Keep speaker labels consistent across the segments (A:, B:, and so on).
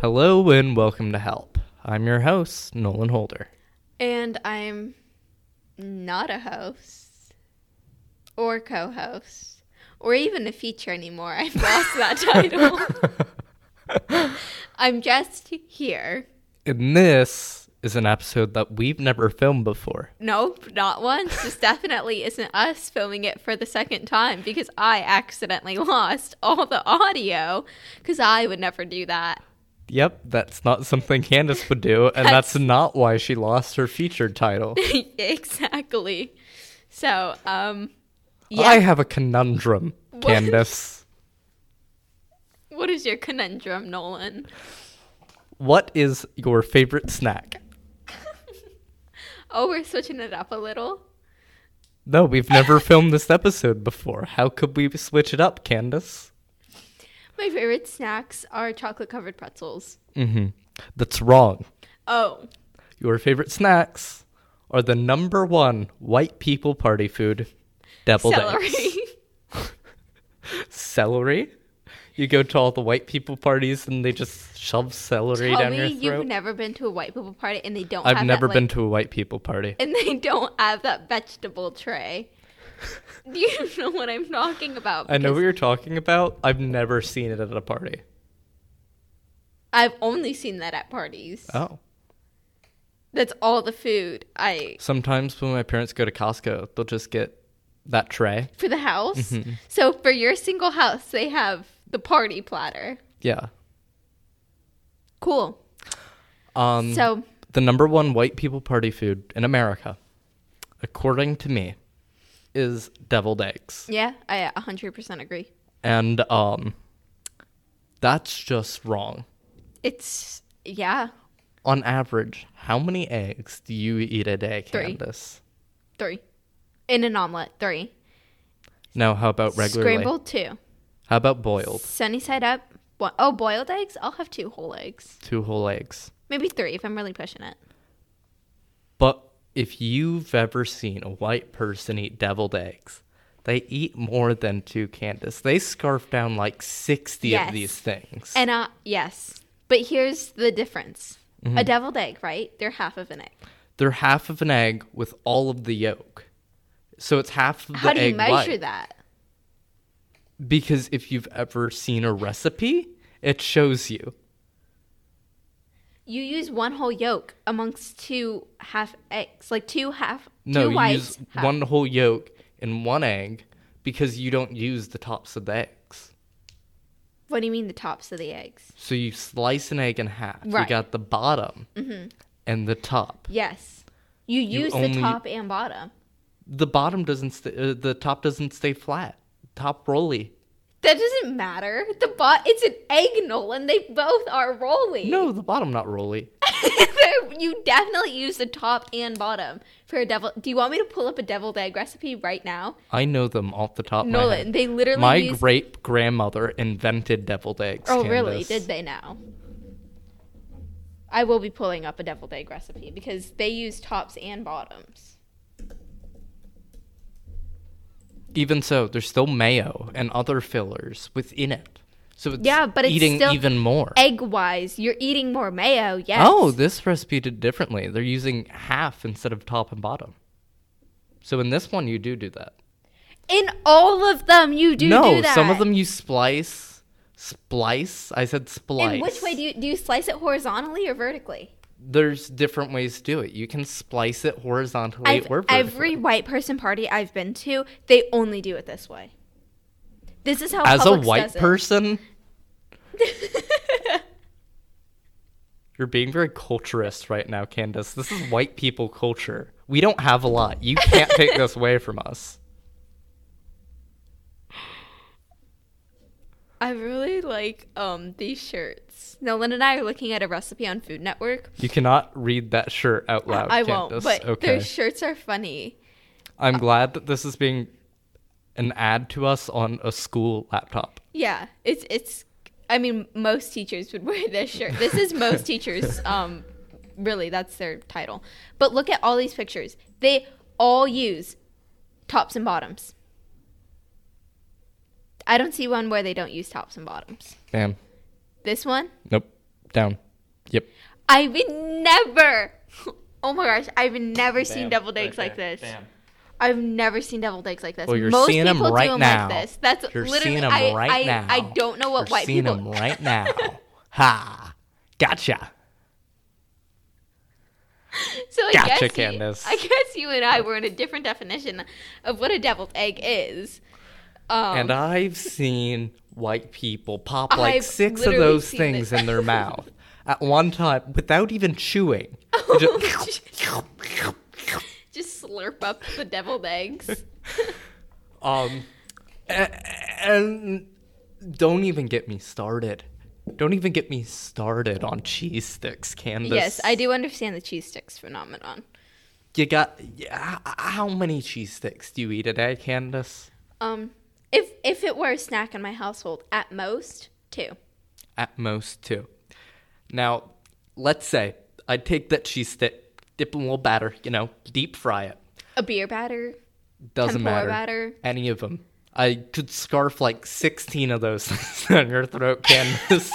A: Hello and welcome to Help. I'm your host, Nolan Holder.
B: And I'm not a host or co host or even a feature anymore. I've lost that title. I'm just here.
A: And this is an episode that we've never filmed before.
B: Nope, not once. This definitely isn't us filming it for the second time because I accidentally lost all the audio because I would never do that.
A: Yep, that's not something Candace would do, and that's, not why she lost her featured title.
B: exactly. So, um,
A: I
B: yeah.
A: have a conundrum, Candace.
B: what is your conundrum, Nolan?
A: what is your favorite snack?
B: Oh, we're switching it up a little.
A: No, we've never filmed this episode before. How could we switch it up, Candace?
B: My favorite snacks are chocolate covered pretzels.
A: Mm-hmm. That's wrong.
B: Oh,
A: Your favorite snacks are the number one white people party food, deviled
B: celery.
A: eggs. Celery. You go to all the white people parties and they just shove celery
B: Tell
A: down your
B: me you've
A: throat.
B: never been to a white people party and they don't.
A: I've
B: have
A: never
B: that,
A: been
B: like-
A: to a white people party.
B: And they don't have that vegetable tray. Do you know what I'm talking about?
A: I know what
B: Because
A: you're talking about. I've never seen it at a party.
B: I've only seen that at parties.
A: Oh.
B: That's all the food I
A: Sometimes when my parents go to Costco, they'll just get that tray.
B: for the house.
A: Mm-hmm.
B: So for your single house, they have the party platter.
A: Yeah.
B: Cool.
A: Um,
B: So
A: the number one white people party food in America, according to me, is deviled eggs.
B: yeah, I 100% agree.
A: And um, that's just wrong.
B: It's yeah,
A: On average, how many eggs do you eat a day,
B: Three.
A: Candace?
B: three in an omelet. Three
A: No, how about regularly?
B: scrambled. Two
A: How about boiled?
B: sunny side up. One. Oh, boiled eggs. I'll have two whole eggs.
A: Two whole eggs.
B: Maybe three if I'm really pushing it.
A: But if you've ever seen a white person eat deviled eggs, they eat more than two, Candace. They scarf down like 60
B: Yes.
A: of these things.
B: And uh, yes, but here's the difference:
A: Mm-hmm.
B: a deviled egg, right? They're half of an egg.
A: They're half of an egg with all of the yolk. So it's half of the
B: How do you
A: egg
B: measure
A: white.
B: that?
A: Because if you've ever seen a recipe, it shows you.
B: You use one whole yolk amongst two half eggs, like two half,
A: No,
B: two
A: you
B: whites.
A: use
B: half-
A: one whole yolk in one egg because you don't use the tops of the eggs.
B: What do you mean the tops of the eggs?
A: So you slice an egg in half. You
B: Right. Mm-hmm.
A: got the bottom and the top.
B: Yes, you use the
A: only-
B: top and bottom.
A: The bottom doesn't. St- uh, the top doesn't stay flat. Top rolly.
B: That doesn't matter. The bot, it's an egg, Nolan. They both are rolling.
A: No, the bottom not rolly.
B: you definitely use the top and bottom for a devil. Do you want me to pull up a deviled egg recipe right now,
A: I know them off the top. of my
B: Nolan?
A: head.
B: They literally
A: My
B: use.
A: great grandmother invented deviled eggs.
B: oh, really?
A: Candace.
B: Did they now? I will be pulling up a deviled egg recipe because they use tops and bottoms.
A: Even so, there's still mayo and other fillers within it. So it's
B: Yeah, but it's
A: eating
B: still
A: even more.
B: Egg wise, you're eating more mayo. Yes.
A: Oh, this recipe did differently. They're using half instead of top and bottom. So in this one, you do do that.
B: in all of them, you do
A: no,
B: do that.
A: some of them you splice. Splice. I said splice.
B: And which way do you do you slice it horizontally or vertically?
A: there's different ways to do it. You can splice it horizontally
B: I've-
A: or vertically.
B: every white person party I've been to, they only do it this way. This is how
A: As a
B: Publix
A: white
B: does it.
A: person, you're being very culturist right now, Candace. This is white people culture. We don't have a lot. You can't take this away from us.
B: I really like um these shirts. Nolan and I are looking at a recipe on Food Network.
A: You cannot read that shirt out loud.
B: I
A: Candace.
B: won't, but
A: okay.
B: their shirts are funny.
A: I'm glad that this is being an ad to us on a school laptop.
B: Yeah, it's it's. I mean, most teachers would wear this shirt. This is most teachers. Um, really, that's their title. But look at all these pictures. They all use tops and bottoms. I don't see one where they don't use tops and bottoms.
A: Man,
B: This one,
A: nope. down. Yep.
B: I've never. Oh my gosh, I've never seen deviled eggs like this. I've never seen deviled eggs like this.
A: Well, you're
B: Most
A: seeing 'em
B: people do
A: right
B: 'em
A: now.
B: like this. That's
A: You're
B: literally
A: seeing 'em
B: I,
A: right
B: I,
A: now.
B: I don't know what
A: You're
B: white
A: seeing
B: people.
A: them right now. ha! Gotcha.
B: So I
A: Gotcha,
B: guess you-
A: Candace.
B: I guess you and I were in a different definition of what a deviled egg is. Um,
A: and I've seen white people pop like
B: I've
A: six of
B: literally
A: those
B: seen
A: things
B: it.
A: in their mouth at one time without even chewing.
B: Oh
A: They just-
B: just slurp up the deviled eggs.
A: um, a- and don't even get me started. Don't even get me started on cheese sticks, Candace.
B: yes, I do understand the cheese sticks phenomenon.
A: You got yeah, h- how many cheese sticks do you eat a day, Candace?
B: Um, if if it were a snack in my household, at most two.
A: At most two. Now, let's say I take that cheese stick, dip in a little batter, you know, deep fry it.
B: A beer batter.
A: Doesn't
B: Tempura
A: matter.
B: batter.
A: Any of them. I could scarf like 16 of those things down your throat, Candace.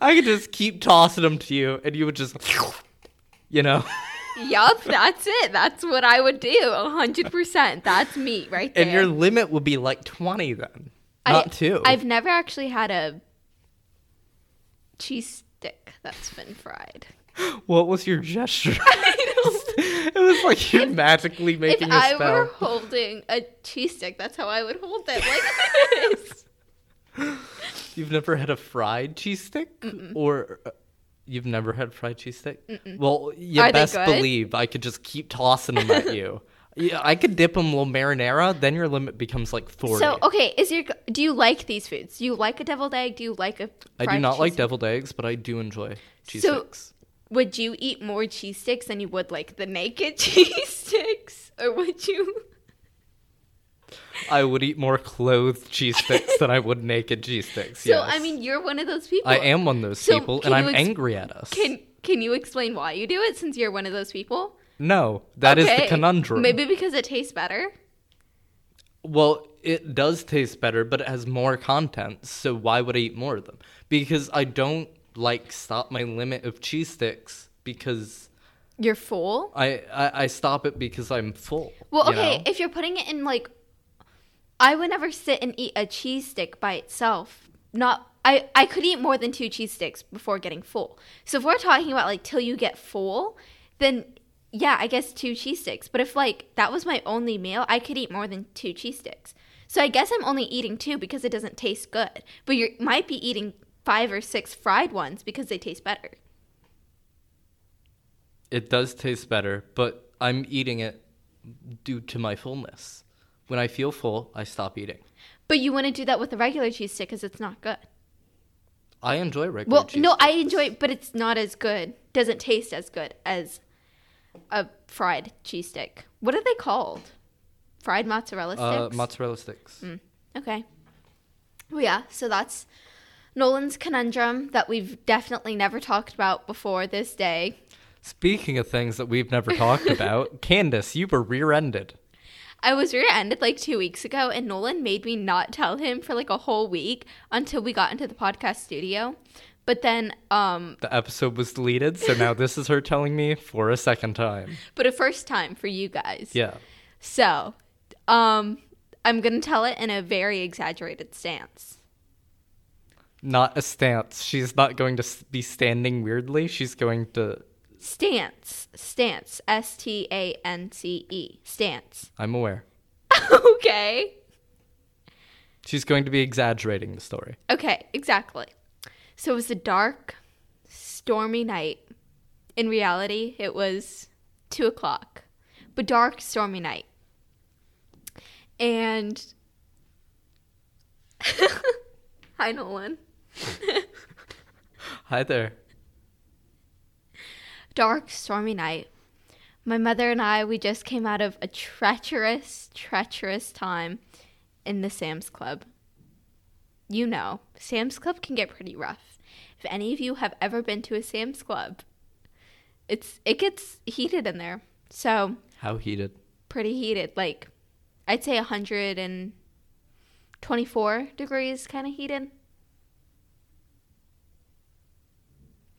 A: I could just keep tossing them to you, and you would just, you know,
B: yup, that's it. That's what I would do. A hundred percent. That's me right there.
A: and your limit would be like 20 then,
B: I-
A: not two.
B: I've never actually had a cheese stick that's been fried.
A: What was your gesture? it was like you're magically
B: If
A: making a
B: I
A: spell.
B: were holding a cheese stick, that's how I would hold it like this.
A: You've never had a fried cheese stick, or uh, you've never had fried cheese stick. Well, you
B: Are they
A: best
B: good?
A: believe I could just keep tossing them at you. Yeah, I could dip them a little marinara. Then your limit becomes like forty.
B: So oh, okay, is your do you like these foods? Do you like a deviled egg? Do you like a
A: I do
B: fried
A: not like
B: cheese-
A: deviled eggs, but I do enjoy cheese
B: So-
A: sticks.
B: Would you eat more cheese sticks than you would like the naked cheese sticks, or would you?
A: I would eat more clothed cheese sticks than I would naked cheese sticks.
B: So
A: yes.
B: I mean, you're one of those people.
A: I am one of those
B: So,
A: people,
B: can
A: and I'm
B: you ex-
A: angry at us.
B: Can Can you explain why you do it? Since you're one of those people.
A: No, that is
B: Okay,
A: the conundrum.
B: Maybe because it tastes better.
A: Well, it does taste better, but it has more content. So why would I eat more of them? Because I don't like stop my limit of cheese sticks because
B: You're full.
A: I I, I stop it because I'm full.
B: Well,
A: you
B: okay,
A: know?
B: if you're putting it in like, I would never sit and eat a cheese stick by itself. Not. I, I could eat more than two cheese sticks before getting full. So if we're talking about like till you get full, then yeah, I guess two cheese sticks. But if like that was my only meal, I could eat more than two cheese sticks. So I guess I'm only eating two because it doesn't taste good. But you might be eating five or six fried ones because they taste better.
A: It does taste better, but I'm eating it due to my fullness. When I feel full, I stop eating.
B: But you wouldn't do that with a regular cheese stick because it's not good.
A: I enjoy regular
B: Well,
A: cheese.
B: no, I enjoy it, but it's not as good. Doesn't taste as good as a fried cheese stick. What are they called? Fried mozzarella
A: uh,
B: sticks. Mm.
A: mozzarella sticks.
B: okay. Well, yeah. So that's Nolan's conundrum that we've definitely never talked about before this day.
A: Speaking of things that we've never talked about, Candace, you were rear-ended.
B: I was rear-ended like two weeks ago, and Nolan made me not tell him for like a whole week until we got into the podcast studio. But then, um,
A: The episode was deleted, so now this is her telling me for a second time.
B: but a first time for you guys.
A: Yeah.
B: So, um, I'm gonna tell it in a very exaggerated stance.
A: Not a stance. She's not going to s- be standing weirdly. She's going to.
B: Stance, stance, S T A N C E, stance.
A: I'm aware.
B: okay,
A: She's going to be exaggerating the story.
B: okay, exactly. So it was a dark, stormy night. In reality, it was two o'clock, but dark, stormy night. And hi, Nolan.
A: Hi there.
B: dark, stormy night. My mother and I, we just came out of a treacherous, treacherous time in the Sam's Club. You know, Sam's Club can get pretty rough. If any of you have ever been to a Sam's Club, it's it gets heated in there. So,
A: How heated.
B: pretty heated, like I'd say 110 24 degrees kind of heated.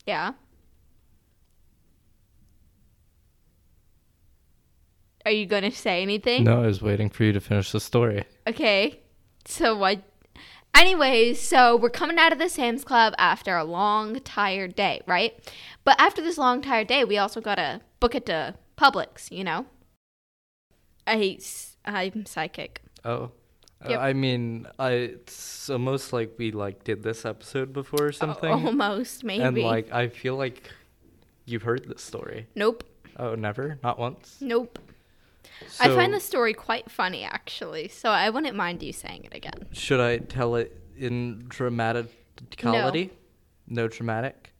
B: Yeah. Are you going to say anything?
A: No, I was waiting for you to finish the story.
B: Okay. So what? Anyways, so we're coming out of the Sam's Club after a long, tired day, right? But after this long, tired day, we also gotta book it to Publix, you know. I hate. s- I'm psychic.
A: Oh. Uh,
B: Yep.
A: I mean, I, it's almost like we like did this episode before or something.
B: Almost, Oh, maybe.
A: And like I feel like you've heard this story.
B: nope.
A: Oh, never? Not once?
B: Nope. I find
A: So,
B: the story quite funny, actually. So I wouldn't mind you saying it again.
A: Should I tell it in dramaticality? No. dramatic?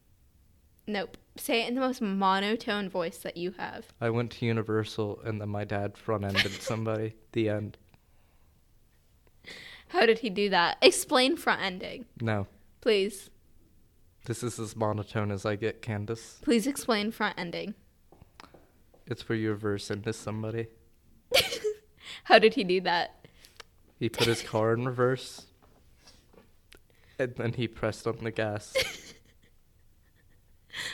B: Nope. Say it in the most monotone voice that you have.
A: I went to Universal and then my dad front ended somebody. The end.
B: How did he do that? Explain front ending,
A: No.
B: please.
A: This is as monotone as I get, Candace.
B: Please explain front ending.
A: It's where you reverse into somebody.
B: How did he do that?
A: He put his car in reverse. And then he pressed on the gas.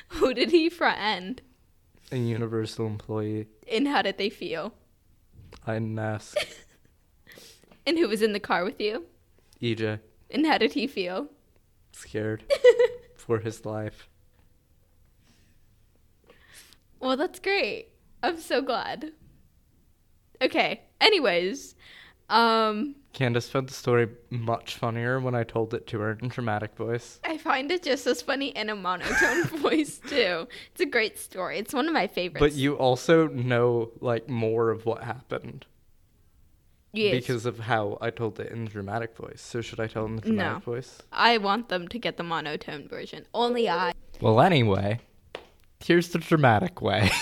B: Who did he front end?
A: A Universal employee.
B: And how did they feel?
A: I didn't ask.
B: And who was in the car with you?
A: EJ.
B: And how did he feel?
A: E Scared for his life.
B: Well, that's great. I'm so glad. Okay. Anyways, um
A: Candace found the story much funnier when I told it to her in dramatic voice.
B: I find it just as funny in a monotone voice too. It's a great story. It's one of my favorites.
A: But you also know like more of what happened
B: yes.
A: because of how I told it in the dramatic voice. So should I tell in the dramatic voice?
B: I want them to get the monotone version. Only I.
A: Well, anyway, here's the dramatic way.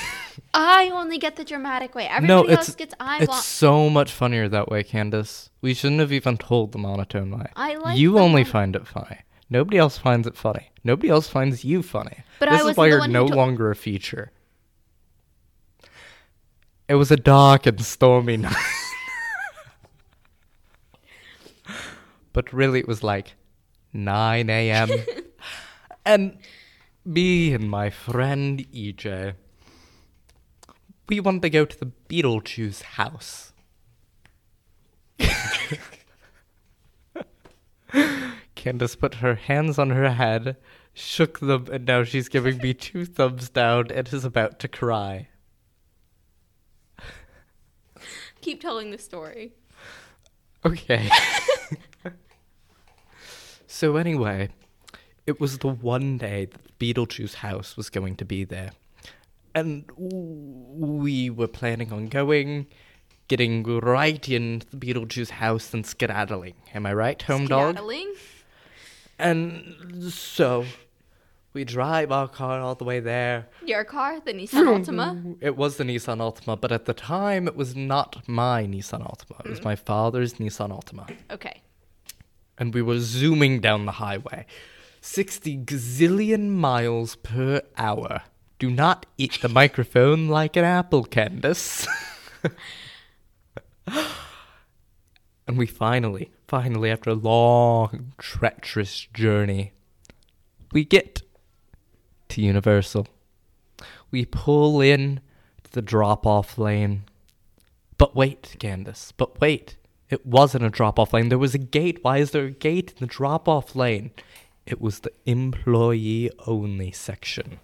B: I only get the dramatic way. Everybody
A: it's-
B: else gets I
A: it's
B: want.
A: so much funnier that way, Candace. We shouldn't have even told the monotone way.
B: I like
A: you
B: the
A: only
B: mon-
A: find it funny. Nobody else finds it funny. Nobody else finds you funny.
B: But I
A: this is
B: wasn't
A: why
B: the
A: you're
B: one who
A: no
B: to-
A: longer a feature. It was a dark and stormy night. but really, it was like 9 a.m. and me and my friend EJ, we wanted to go to the Beetlejuice house. Candace put her hands on her head, shook them, and now she's giving me two thumbs down and is about to cry.
B: Keep telling the story.
A: Okay. so, anyway, it was the one day that Beetlejuice House was going to be there. And w- we were planning on going, getting right into the Beetlejuice House and skedaddling. Am I right, home dog?
B: Skedaddling?
A: And so we drive our car all the way there.
B: Your car, the Nissan Altima.
A: It was the Nissan Altima, but at the time it was not my Nissan Altima. It was my father's Nissan Altima.
B: Okay.
A: And we were zooming down the highway. 60 gazillion miles per hour. Do not eat the microphone like an apple, Candace. and we finally, finally, after a long, treacherous journey, we get to Universal. We pull in to the drop off lane. But wait, Candace, but wait. It wasn't a drop off lane. There was a gate. Why is there a gate in the drop off lane? It was the employee only section.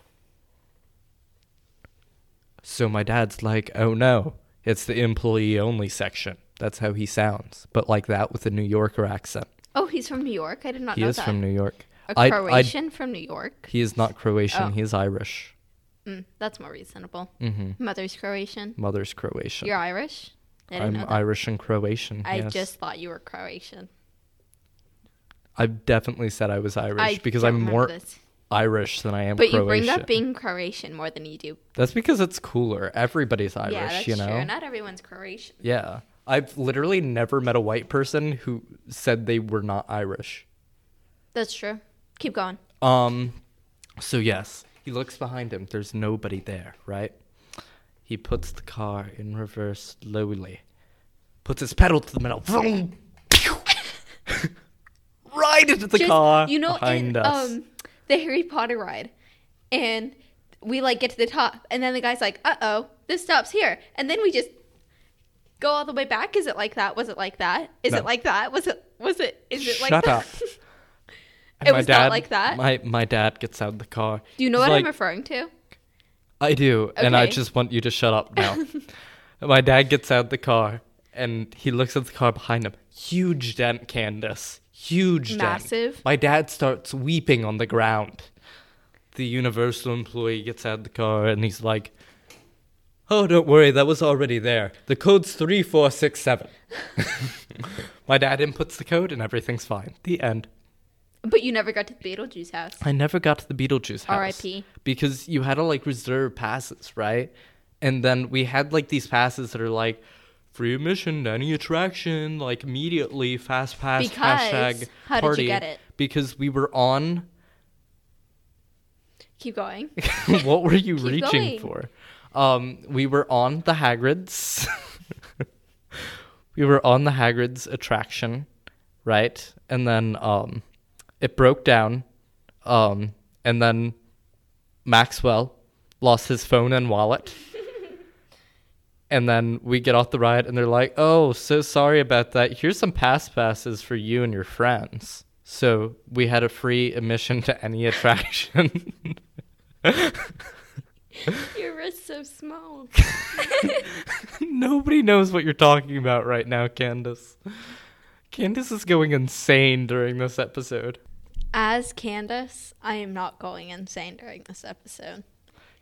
A: So my dad's like, oh no, it's the employee only section. That's how he sounds, but like that with a New Yorker accent.
B: Oh, he's from New York. I did not
A: He
B: know
A: is
B: that.
A: from New York.
B: a
A: I- I-
B: Croatian from New York.
A: he is not Croatian,
B: Oh.
A: he is Irish. Mm-hmm.
B: Mm, that's more reasonable. Mother's Croatian.
A: Mother's Croatian.
B: You're Irish. I didn't
A: I'm
B: know that.
A: Irish and Croatian.
B: I
A: yes.
B: just thought you were Croatian.
A: I've definitely said I was Irish
B: I
A: because
B: don't
A: I'm
B: remember
A: more
B: this.
A: Irish than I am
B: But
A: Croatian.
B: you bring up being Croatian more than you do.
A: That's because it's cooler. Everybody's Irish,
B: yeah, that's
A: you know.
B: true. Not everyone's Croatian.
A: Yeah. I've literally never met a white person who said they were not Irish.
B: That's true. Keep going.
A: Um so yes, he looks behind him. There's nobody there, right? He puts the car in reverse slowly. Puts his pedal to the metal. Vroom! Pew! right into the
B: Just-
A: car
B: you know,
A: behind
B: in,
A: us.
B: um, the Harry Potter ride, and we like get to the top, and then the guy's like, "Uh oh, this stops here," and then we just go all the way back. Is it like that? Was it like that? Is
A: No.
B: it like that? Was it? Was it? Is it like
A: Shut up.
B: that?
A: And
B: it
A: my
B: was
A: dad,
B: not like that.
A: My my dad gets out of the car.
B: Do you know
A: He's
B: what
A: like,
B: I'm referring to?
A: I do, and I
B: Okay.
A: just want you to shut up now. My dad gets out the car and he looks at the car behind him. Huge dent, Candace. Huge dent.
B: Massive.
A: My dad starts weeping on the ground. The Universal employee gets out the car and he's like, Oh, don't worry, that was already there. The code's 3467. My dad inputs the code and everything's fine. The end.
B: But you never got to the Beetlejuice house.
A: I never got to the Beetlejuice house.
B: R.I.P..
A: Because you had to like reserve passes, right? And then we had like these passes that are like free admission to any attraction, like immediately, fast pass,
B: Because-
A: hashtag
B: how did you
A: party.
B: get it?
A: Because we were on.
B: Keep going.
A: what were you
B: Keep
A: reaching
B: going.
A: for? Um, we were on the Hagrid's. we were on the Hagrid's attraction, right? And then um, it broke down. Um, and then Maxwell lost his phone and wallet. and then we get off the ride and they're like, "Oh, so sorry about that. Here's some pass passes for you and your friends." So we had a free admission to any attraction.
B: Your wrist's so small.
A: Nobody knows what you're talking about right now, Candace. Candace is going insane during this episode.
B: As Candace, I am not going insane during this episode.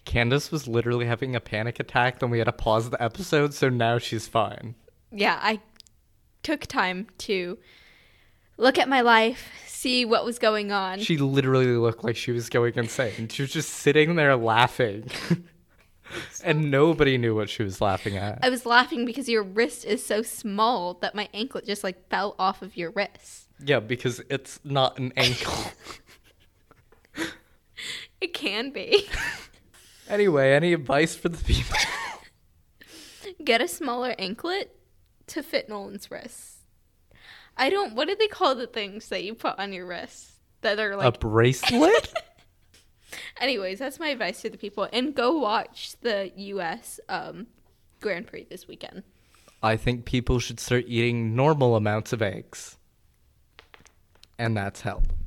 A: Candace was literally having a panic attack, then we had to pause the episode, so now she's fine.
B: yeah, I took time to look at my life, see what was going on.
A: She literally looked like she was going insane. She was just sitting there laughing. and nobody knew what she was laughing at.
B: I was laughing because your wrist is so small that my anklet just like fell off of your wrist.
A: Yeah, because it's not an ankle.
B: It can be.
A: anyway, any advice for the people?
B: Get a smaller anklet to fit Nolan's wrist. I don't. What do they call the things that you put on your wrist that are
A: a
B: like?
A: bracelet?
B: Anyways, that's my advice to the people. And go watch the U.S. Um, Grand Prix this weekend.
A: I think people should start eating normal amounts of eggs. And that's health.